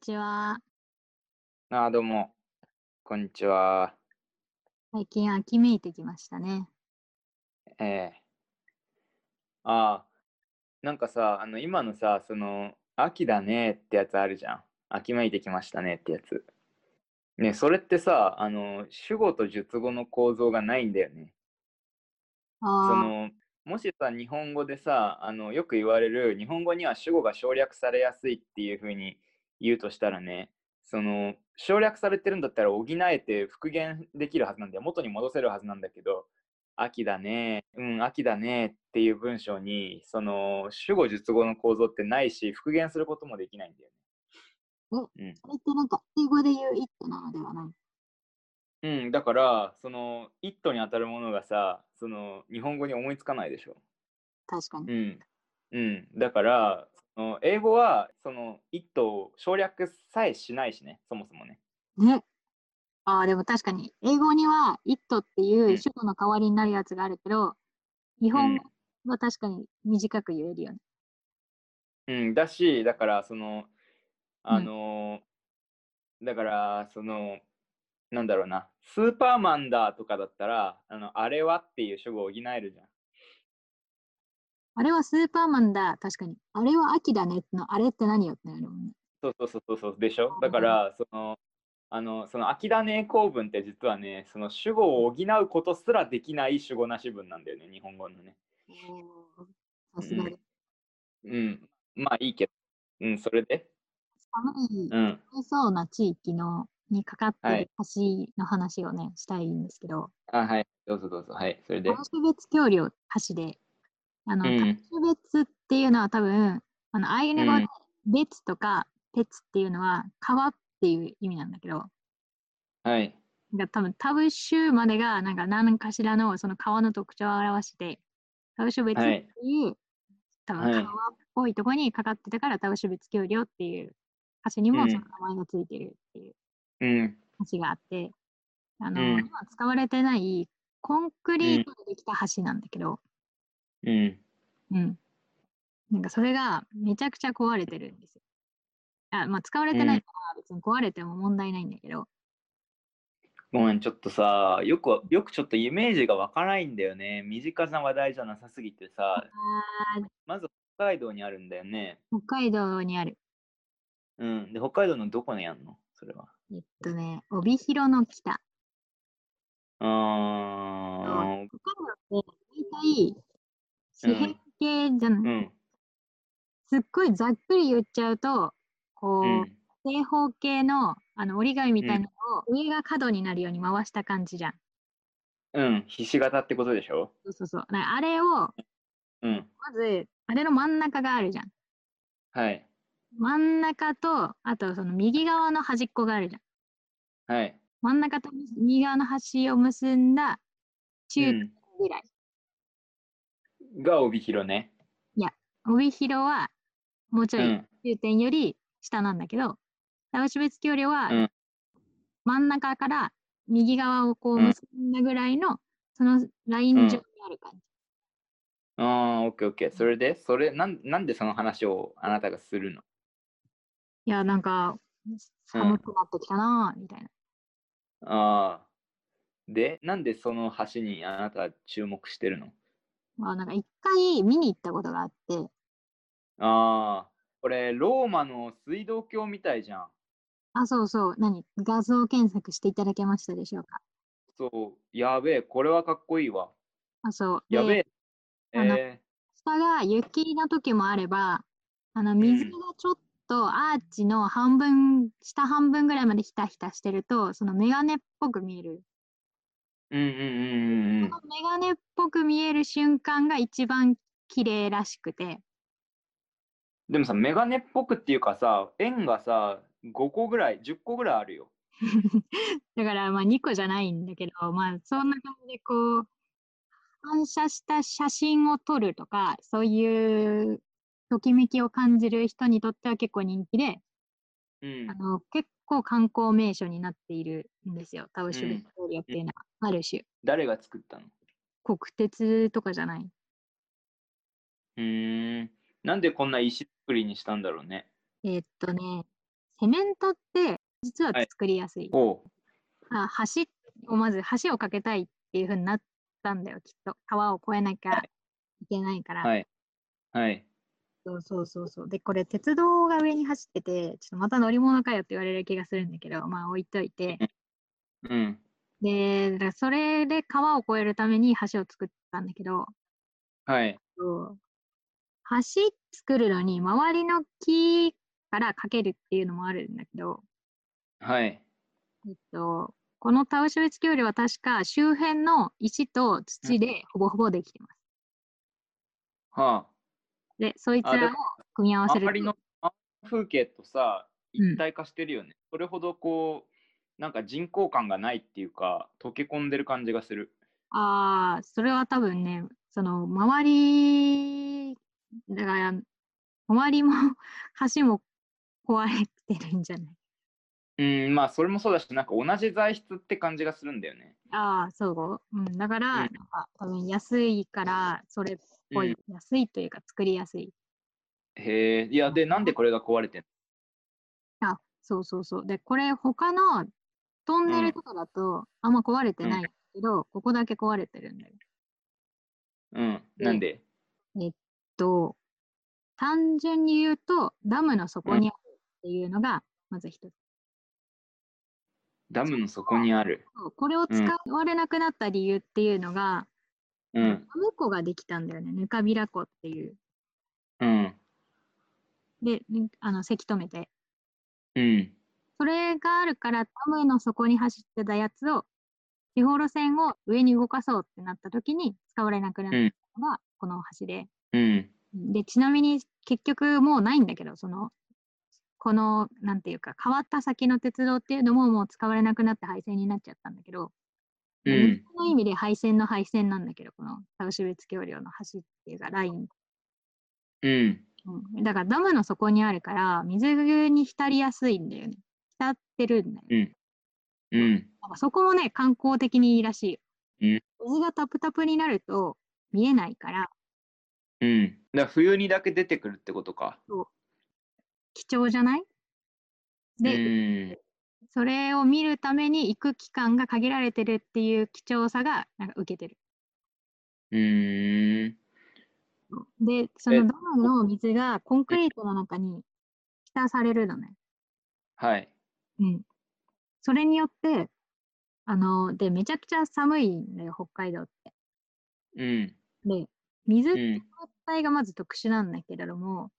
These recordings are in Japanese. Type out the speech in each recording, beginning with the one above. ちは。ああ、どうも。こんにちは。最近秋めいてきましたね。ええ。ああ、なんかさ、あの、今のさ、その、秋だねってやつあるじゃん。秋めいてきましたねってやつ。ね、それってさ、あの、主語と述語の構造がないんだよね。そああ、の、もしさ、日本語でさ、あの、よく言われる、日本語には主語が省略されやすいっていうふうに言うとしたらね、その、省略されてるんだったら補えて復元できるはずなんだよ。元に戻せるはずなんだけど、秋だね、うん、秋だねっていう文章に、その、主語、述語の構造ってないし、復元することもできないんだよお、ね。それってなんか英語で言う一個なのではない。うん。うん、だから、その、一途に当たるものがさ、その、日本語に思いつかないでしょ。確かに。うん。うん。だから、その英語は、その、一途を省略さえしないしね、そもそもね。。ね。ああ、でも確かに。英語には it っていううん主語の代わりになるやつがあるけど、日う本語ん。は確かに短く言えるよね。うん。だし、だから、その、うあん。のー、だから、その、なんだろうな、スーパーマンだとかだったら、あの、あれはっていう主語を補えるじゃん。あれはスーパーマンだ。確かに。あれは秋だねの、あれって何よってなるもんね。そうそうそうそうそうでしょだかうんら、その、あの、その、秋だね構文って実はね、その主語を補うことすらできない主語なし文なんだよね、日本語のね。おーさうすがでん。うん。まあいいけど。うん、それで。寒い、うん。寒そうな地域のにかかってはるい。橋の話をね、したいんですけど、あ、はい。どうぞどうぞ。はい。それタで。種別橋梁、橋で、あうの、タん。種別っていうのは多分、あの、アイうヌ語で、ん。別とか、鉄っていうのは、川っていう意味なんだけど、はい。なんか多分、タブ州までが、なんか何かしらのその川の特徴を表して、タブ種別っはてい。いう、多分、は川い。っぽいとこにかかってたから、タブ種別橋梁っていう橋にうもそのん。名前がついてるっていううん。橋があって、あうの、ん。今使われてないコンクうリーん。トでできた橋なんだけど、うん。うん。なんかそれがめちゃくちゃ壊れてるんですよ。あ、まあ使われうてないん。から別に壊れても問題ないんだけど、ごめん、ちょっとさ、よく、よくちょっとイメージがわからないんだよね。身近な話題じゃなさすぎてさ、あーまず北海道にあるんだよね。北海道にある、うん。で、北海道のどこにあるのそれは。えっとね、帯広の北と、う北ーん。海道って大体う四辺ん。形じゃん、うん。すっごいざっくり言っちゃうと、うこん。う、正方形のあの折り紙みうたいん。なのを上が角になるように回した感じじゃん。うん。ひし形ってことでしょそうそうそう。だからあれを、うん。まず、あれの真ん中があるじゃん。はい。真ん中と、あとその右側の端っこがあるじゃん。はい。真ん中と右側の端を結んだう中間ん。ぐらい。が帯広ね。いや、帯広はもうちょういん。中点より下なんだけど、田シ別橋梁はうん。真ん中から右側をこううん。結んだぐらいの、そのライうン上にん。ある感じ。ああ、オッケーオッケー。うんそれで、それ、なん、なんでその話をあなたがするのいや、なんか、う寒ん。くなってきたなぁ、みたいな。ああ。で、なんでその橋にあなたは注目してるのまあ、なんか一回見に行ったことがあって、ああ。これ、ローマの水道橋みたいじゃん。あ、そうそう、何画像検索していただけましたでしょうか。そう。やべえ、これはかっこいいわ。あ、そう。やで、べえ。あの、え下が雪の時もあれば、あの、ー、う水がん。ちょっとアーチの半分、下半分ぐらいまでひたひたしてると、そのメガネっぽく見える。うんうんうんうんうこん。のメガネっぽく見える瞬間が一番綺麗らしくて、でもさ、メガネっぽくっていうかさ、円がさ、5個ぐらい、10個ぐらいあるよ。だからまあ2個じゃないんだけど、まあそんな感じでこう、反射した写真を撮るとか、そういうときめきを感じる人にとっては結構人気で、あうん。の、結構観光名所になっているんですよ。タウうシュベッん。トリアっうていうんのは、ある種、誰が作ったの国鉄とかじゃない。うーん。なんでこんな石作りにしたんだろうね。えーっとね、セメントって実ははい作りやすい。おうあ橋をまず橋を架けたいっていう風になったんだよきっと川を越えなきゃはいけないから、はい。はい。そうそうそうそうでこれ鉄道が上に走っててちょっとまた乗り物かよって言われる気がするんだけどまあ置いといてうん。でだからそれで川を越えるために橋を作ったんだけどはい。そう橋作るのに周りの木からかけるっていうのもあるんだけど、はい。えっと、このタウシュベツ橋梁は確か周辺の石と土でほぼほぼできてます。はで、そいつあだらをか組み合あ。わせる周とりのあ風景とさ、うん一体化してるよね。それほどこう、なんか人工感がないっていうか、溶け込んでる感じがする。ああ、それは多分ね、その周り、だから、周りも 橋も壊れてるんじゃないうん、まあそれもそうだし、なんか同じ材質って感じがするんだよね。ああ、そう。うん、だから、うんなんか多分安いから、それっぽい、安いというか作りやすい。へえ、いや、で、なんでこれが壊れてんそうそうそう。で、これ他のトンネうルんとかだとあんま壊れてうんないけど、ここだけ壊れてるんだよ。のうん、なんでと、単純に言うと、ダムの底うんにあるっていうのが、まず一つ。ダムの底にある。そうこれを使われなくなった理由っていうのが、うん、ダム湖ができたんだよね。ぬかびら湖っていう。うん、で、ぬあの、せき止めて。うん。それがあるから、ダムの底に走ってたやつを、地方路線を上に動かそうってなった時に使われなくなったのが、この橋で。うん、で、ちなみに結局もうないんだけど、その、この、なんていうか、変わった先の鉄道っていうのももう使われなくなって廃線になっちゃったんだけど、う日ん、本の意味で廃線の廃線なんだけど、このタウシュベツ橋梁の橋っていうか、ライン。うん。うん、だからダムの底にあるから、水に浸りやすいんだよね。浸ってるんだよ。うん。なんかそこもね、観光的にいいらしいよ。水がタプタプになると見えないから、うん。だから冬にだけ出てくるってことか。貴重じゃないで、うん。それを見るために行く期間が限られてるっていう貴重さがなんか受けてる。うーん。で、そえのダムの水がコンクリートの中に浸されるのね。はい。うん。それによって、あの、で、めちゃくちゃ寒いんだよ、北海道って。うん。で、水っうてん。状態がまず特殊なんだけれども、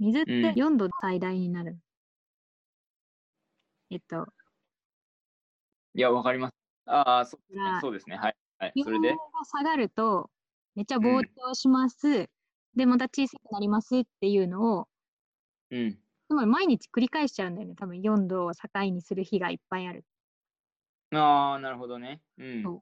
水ってうん4度最大になる。えっと、いや、わかります。ああ、そうですじゃねあ。そうですね。はい。はい。気それ温でが。下がるとめっちゃん膨張します、でまた小さくなりますっていうのをうん。つまり毎日繰り返しちゃうんだよね多分4度を境にする日がいっぱいある。ああ、なるほどね。うん。そう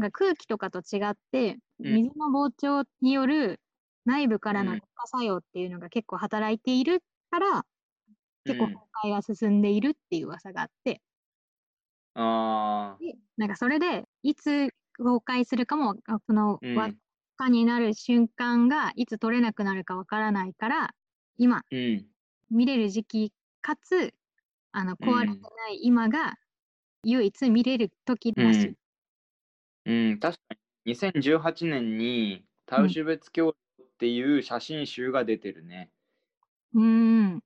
だから空気とかと違ってうん水の膨張による内部からのうん気化作用っていうのが結構働いているから結構うん崩壊が進んでいるっていう噂があって、ああ。でなんかそれでいつ崩壊するかもあこのうん。輪っかになる瞬間がいつ取れなくなるかわからないから今うん。見れる時期かつあのうん壊れてない今が唯一見れる時らしい、うん。確かに。2018年にタウシュベツ教っていう写真集が出てるね。うーん、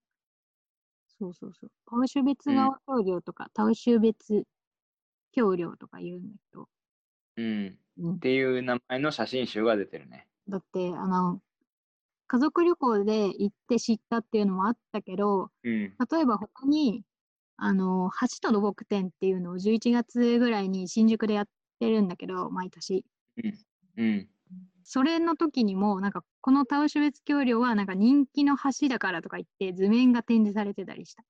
そうそうそうタウシュベツ川橋梁とか、タウシュベツ橋梁とか言うんだけど、うん。うんっていう名前の写真集が出てるね。だってあの家族旅行で行って知ったっていうのもあったけどうん。例えば他にあの橋と土木展っていうのを11月ぐらいに新宿でやってるんだけど毎年うん。それの時にもなんかこのタウシュベツ橋梁はなんか人気の橋だからとか言って図面が展示されてたりした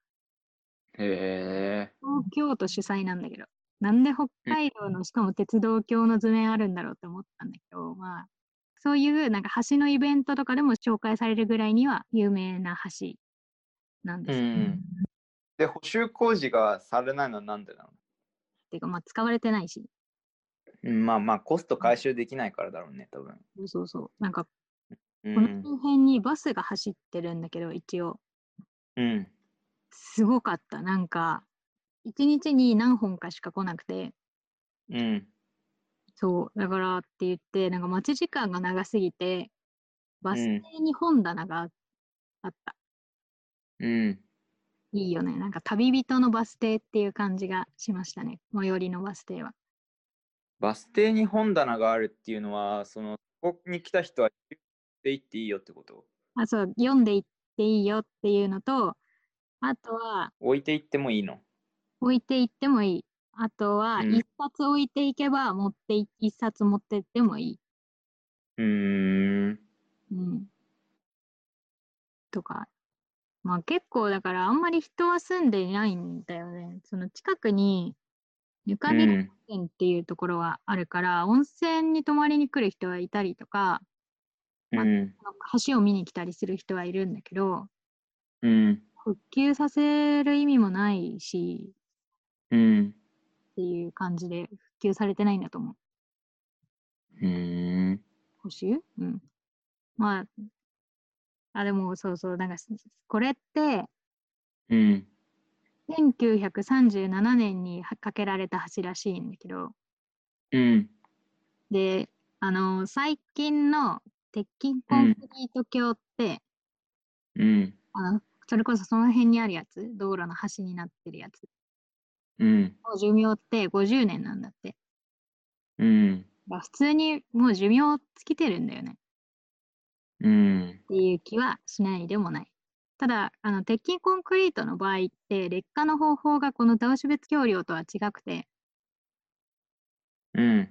へえ。東京都主催なんだけどなんで北海道のしかも鉄道橋の図面あるんだろうって思ったんだけどまあそういうなんか橋のイベントとかでも紹介されるぐらいには有名な橋なんですよ、うんで、補修工事がされないのはなんでなのていうかまあ使われてないしうんまあまあコスト回収できないからだろうね多分。そうそうそうなんかうこのん周辺にバスが走ってるんだけど、一応。うんすごかった。なんか、一日に何本かしか来なくて、うん。そう、だからって言って、なんか待ち時間が長すぎて、バス停に本棚があった。うん。いいよね。なんか旅人のバス停っていう感じがしましたね。最寄りのバス停は。バス停に本棚があるっていうのは、その、ここに来た人は、で行っていいよってことあ、そう、読んでいっていいよっていうのと、あとは置いて行ってもいいの置いていってもいい。あとはうん一冊置いていけば持ってい、一冊持ってってもいい。うーん。うん。とか。まあ結構だからあんまり人は住んでいないんだよね。その近くにゆかうりん。温泉っていうところはあるから、温泉に泊まりに来る人はいたりとか、うん。橋を見に来たりする人はいるんだけど、うん。復旧させる意味もないしうん。っていう感じで復旧されてないんだと思う。うん。補修うん。まあ、あ、でもそうそう、なんかすこれってうん。 1937年には架けられた橋らしいんだけど、うん。で、あの、最近の鉄筋コンクリート橋って、うん。あのそれこそその辺にあるやつ、道路の端になってるやつうん。の寿命って50年なんだって。うん。まあ普通にもう寿命尽きてるんだよねうん。っていう気はしないでもない。ただ、あの鉄筋コンクリートの場合って、劣化の方法がこのダウシュベツ橋梁とは違くて、うん。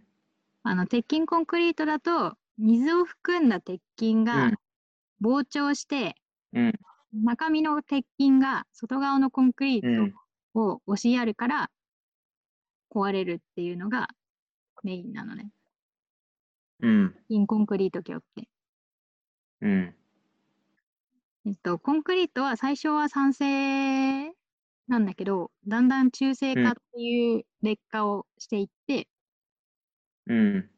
あの鉄筋コンクリートだと、水を含んだ鉄筋うがん膨張して、うん中身の鉄筋が外側のコンクリうーんトを押しやるから壊れるっていうのがメインなのね。うん。鉄筋コンクリート橋って。うん。えっと、コンクリートは最初は酸性なんだけど、だんだん中性化っていう劣化をしていって、うん。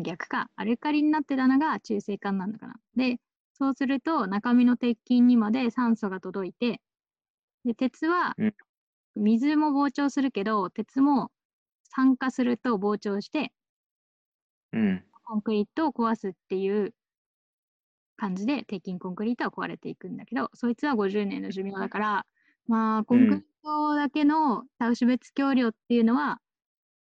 逆か、アルカリになってたのが中性化になるのかな。で、そうすると中身の鉄筋にまで酸素が届いて、で鉄はうん水も膨張するけど、鉄も酸化すると膨張して、うん。コンクリートを壊すっていう感じで鉄筋コンクリートは壊れていくんだけどそいつは50年の寿命だからまあコンクリートだけのタウシュベツ橋梁っていうのは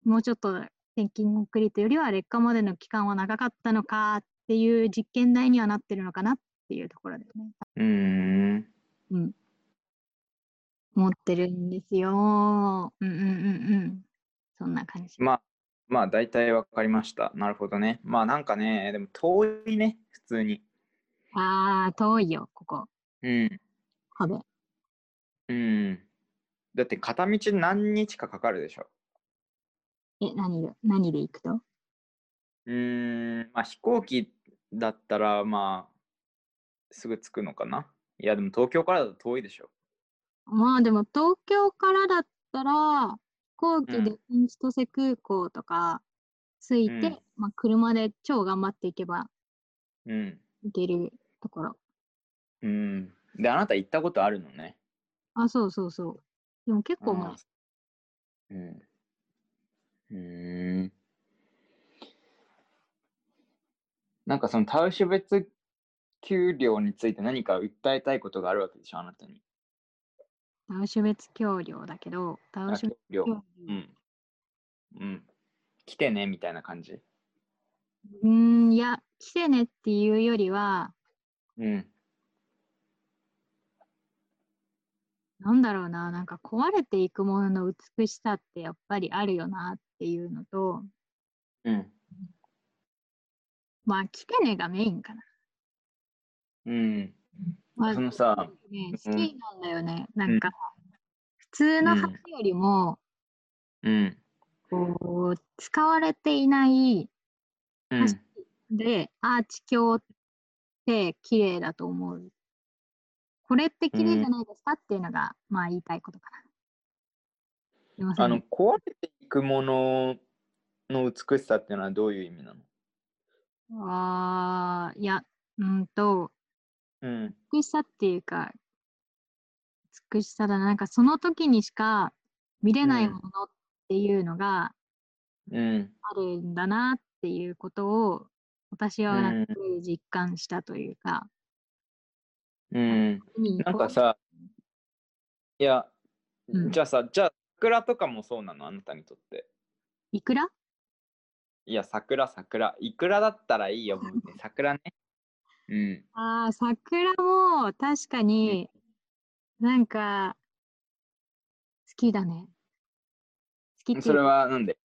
もうちょっと鉄筋コンクリートよりは劣化までの期間は長かったのかっていう実験台にはなってるのかなっていうところですね。うん。うん、持ってるんですよ。うんうんうんうん。そんな感じ。まあ、まあ、大体わかりました。なるほどね。まあ、なんかね、でも遠いね、普通に。ああ、遠いよ、ここ。うん。壁。うん。だって、片道何日かかかるでしょ。え、何で、何で行くとうーん、まあ、飛行機だったら、まあ、すぐ着くのかな。いや、でも東京からだと遠いでしょ。まあでも東京からだったら飛行う機んで新千歳空港とか着いて、うんまあ、車で超頑張っていけばうん。行けるところ。うん。で、あなた行ったことあるのね。あ、そうそうそう。でも結構前あ。ーうん。うーん。なんかそのタウシュベツ給料について何か訴えたいことがあるわけでしょ、あなたに。ダウシュベツ橋梁だけど、ダウあシュベ給ツ料橋。う梁。ん。うん。来てね、みたいな感じ。うーん、いや、来てねっていうよりは、うん。なんだろうな、なんか壊れていくものの美しさってやっぱりあるよなっていうのと、うん。まあ来てねがメインかな。うん。まあそのさ、ね、好うんきなんだよね。なうんんか、普通のうん橋よりも、うん。こう、使われていないうん。で、アーチ橋って綺麗だと思う。これって綺麗じゃないですかっていうのが、まあ言いたいことかな。すいませあんの、壊れていくものの美しさっていうのはどういう意味なのあーいや、うんと、うん。美しさっていうか、美しさだななんかその時にしか見れないうんものっていうのがうん。あるんだなっていうことを私はなんかうんすごい実感したというか、うん。見に行なんこうかさ、いや、うんじゃあさ、じゃあ、桜とかもそうなのあなたにとって。いくらいや、桜、桜。いくらだったらいいよ、も うね桜ね。うん。ああ、桜も確かになんか好きだね。好きっていそうれかはなんで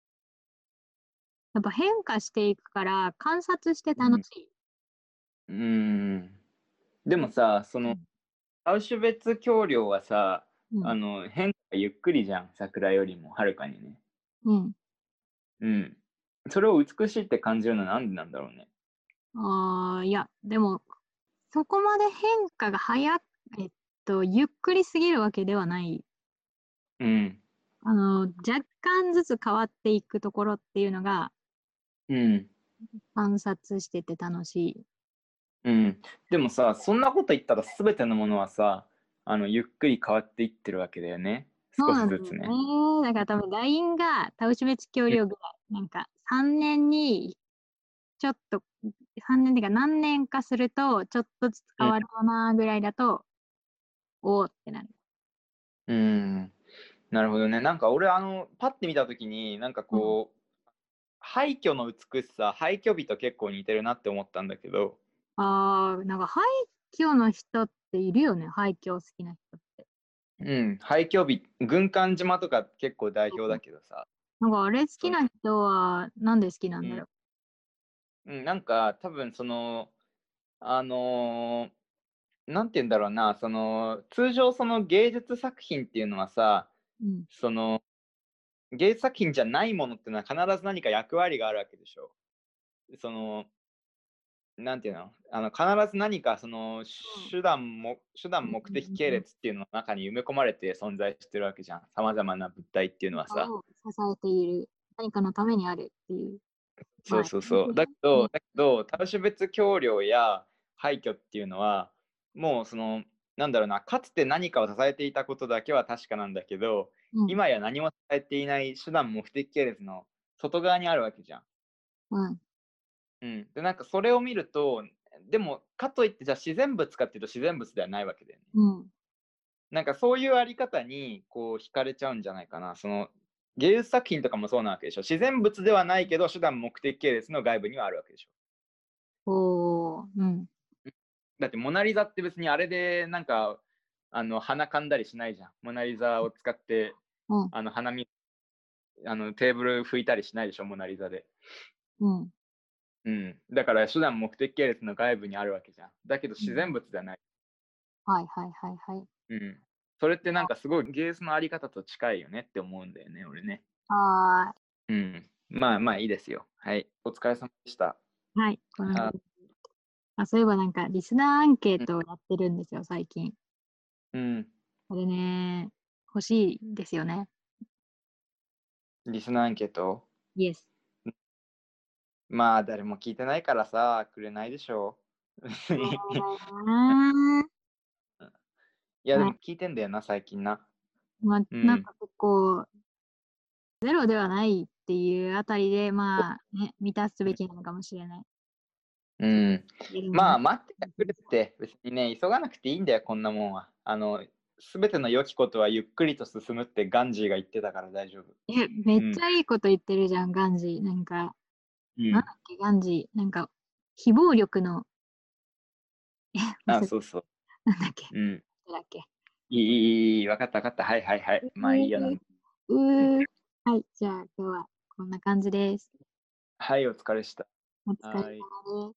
やっぱ変化していくから観察して楽しい。うーん。でもさ、そうのん、アウシュベッツ橋梁はさ、うんあの、変化がゆっくりじゃん、桜よりもはるかにね。うん。うん。それを美しいって感じるのはなんでなんだろうね。ああ、いや、でも、そこまで変化が早っ、えっと、ゆっくりすぎるわけではない。うん。あの、若干ずつ変わっていくところっていうのがうん。観察してて楽しい。うん。でもさ、そんなこと言ったら全てのものはさ、あの、ゆっくり変わっていってるわけだよね。そう少なしんだずよつね。ね。だから多分 LINE がタウシュベツ橋梁ぐらい、なんか3年にちょっと、3年っていうか何年かすると、ちょっとずつ変わるかなぐらいだと、おおってなる。うん。なるほどね。なんか俺、あの、パッて見たときに、なんかこう、廃墟の美しさ、廃墟美と結構似てるなって思ったんだけど、ああ、なんか廃墟の人っているよね、廃墟好きな人って。うん、廃墟美、軍艦島とか結構代表だけどさ、なんかあれ好きうな人はなんで好きなんだろう。うん、なんか多分その、あのーなんて言うんだろうな、その、通常その芸術作品っていうのはさ、うん、その、芸術作品じゃないものってのは必ず何か役割があるわけでしょ。その、なんていうのあの必ず何かその手段も、手段目うんうんう的ん系列っていうのの中に埋め込まれて存在してるわけじゃん。さまざまな物体っていうのはさ他。を支えている、何かのためにあるっていう。そうそうそう。だけうどん、だけど、多種別橋梁や廃墟っていうのは、もうその、なんだろうな、かつて何かを支えていたことだけは確かなんだけど、うん、今や何も支えていない手段目的系列の外側にあるわけじゃん。うん、うん、でなんかそれを見るとでもかといってじゃあ自然物かっていうと自然物ではないわけだよね。うん、なんかそういうあり方にこう惹かれちゃうんじゃないかな。その芸術作品とかもそうなわけでしょ。自然物ではないけど手段目的系列の外部にはあるわけでしょ。おー、うん。だってモナリザって別にあれでなんかあの鼻かんだりしないじゃん。モナリザを使って、うんあの鼻水あのテーブル拭いたりしないでしょ、モナリザで。うん、うん、だから手段目的系列の外部にあるわけじゃん。だけど自然物じゃない。はいはいはいはい。うん。それってなんかすごい芸術のあり方と近いよねって思うんだよね、俺ね。あうん。まあまあいいですよ。はい。お疲れ様でした。ー、はい。こんなあ感じあ、そういえばなんかリスナーアンケートをやってるんですよ、最近。うん。これね、欲しいですよね。リスナーアンケート。イエ ス。まあ誰も聞いてないからさ、くれないでしょう。 別にあーいやでも聞いてんだよな、最近な。まあ、うんなんか結構、ゼロではないっていうあたりで、まあ、ね、満たすべきなのかもしれない。うん。まああ、待ってくれって別にね急がなくていいんだよこんなもんはあの全ての良きことはゆっくりと進むってガンジーが言ってたから大丈夫、え、めっちゃいいこと言ってるじゃん、ガンジー。なんか、うんなんだっけ、ガンジー。なんか、非暴力の、え、忘あれそうそうなんだっけ、うんなんだっけ。いいいいいい分かった分かったはいはいはいまあいいやなうーはい、じゃあ今日はこんな感じです。はいお疲れしたお疲れ様はいです。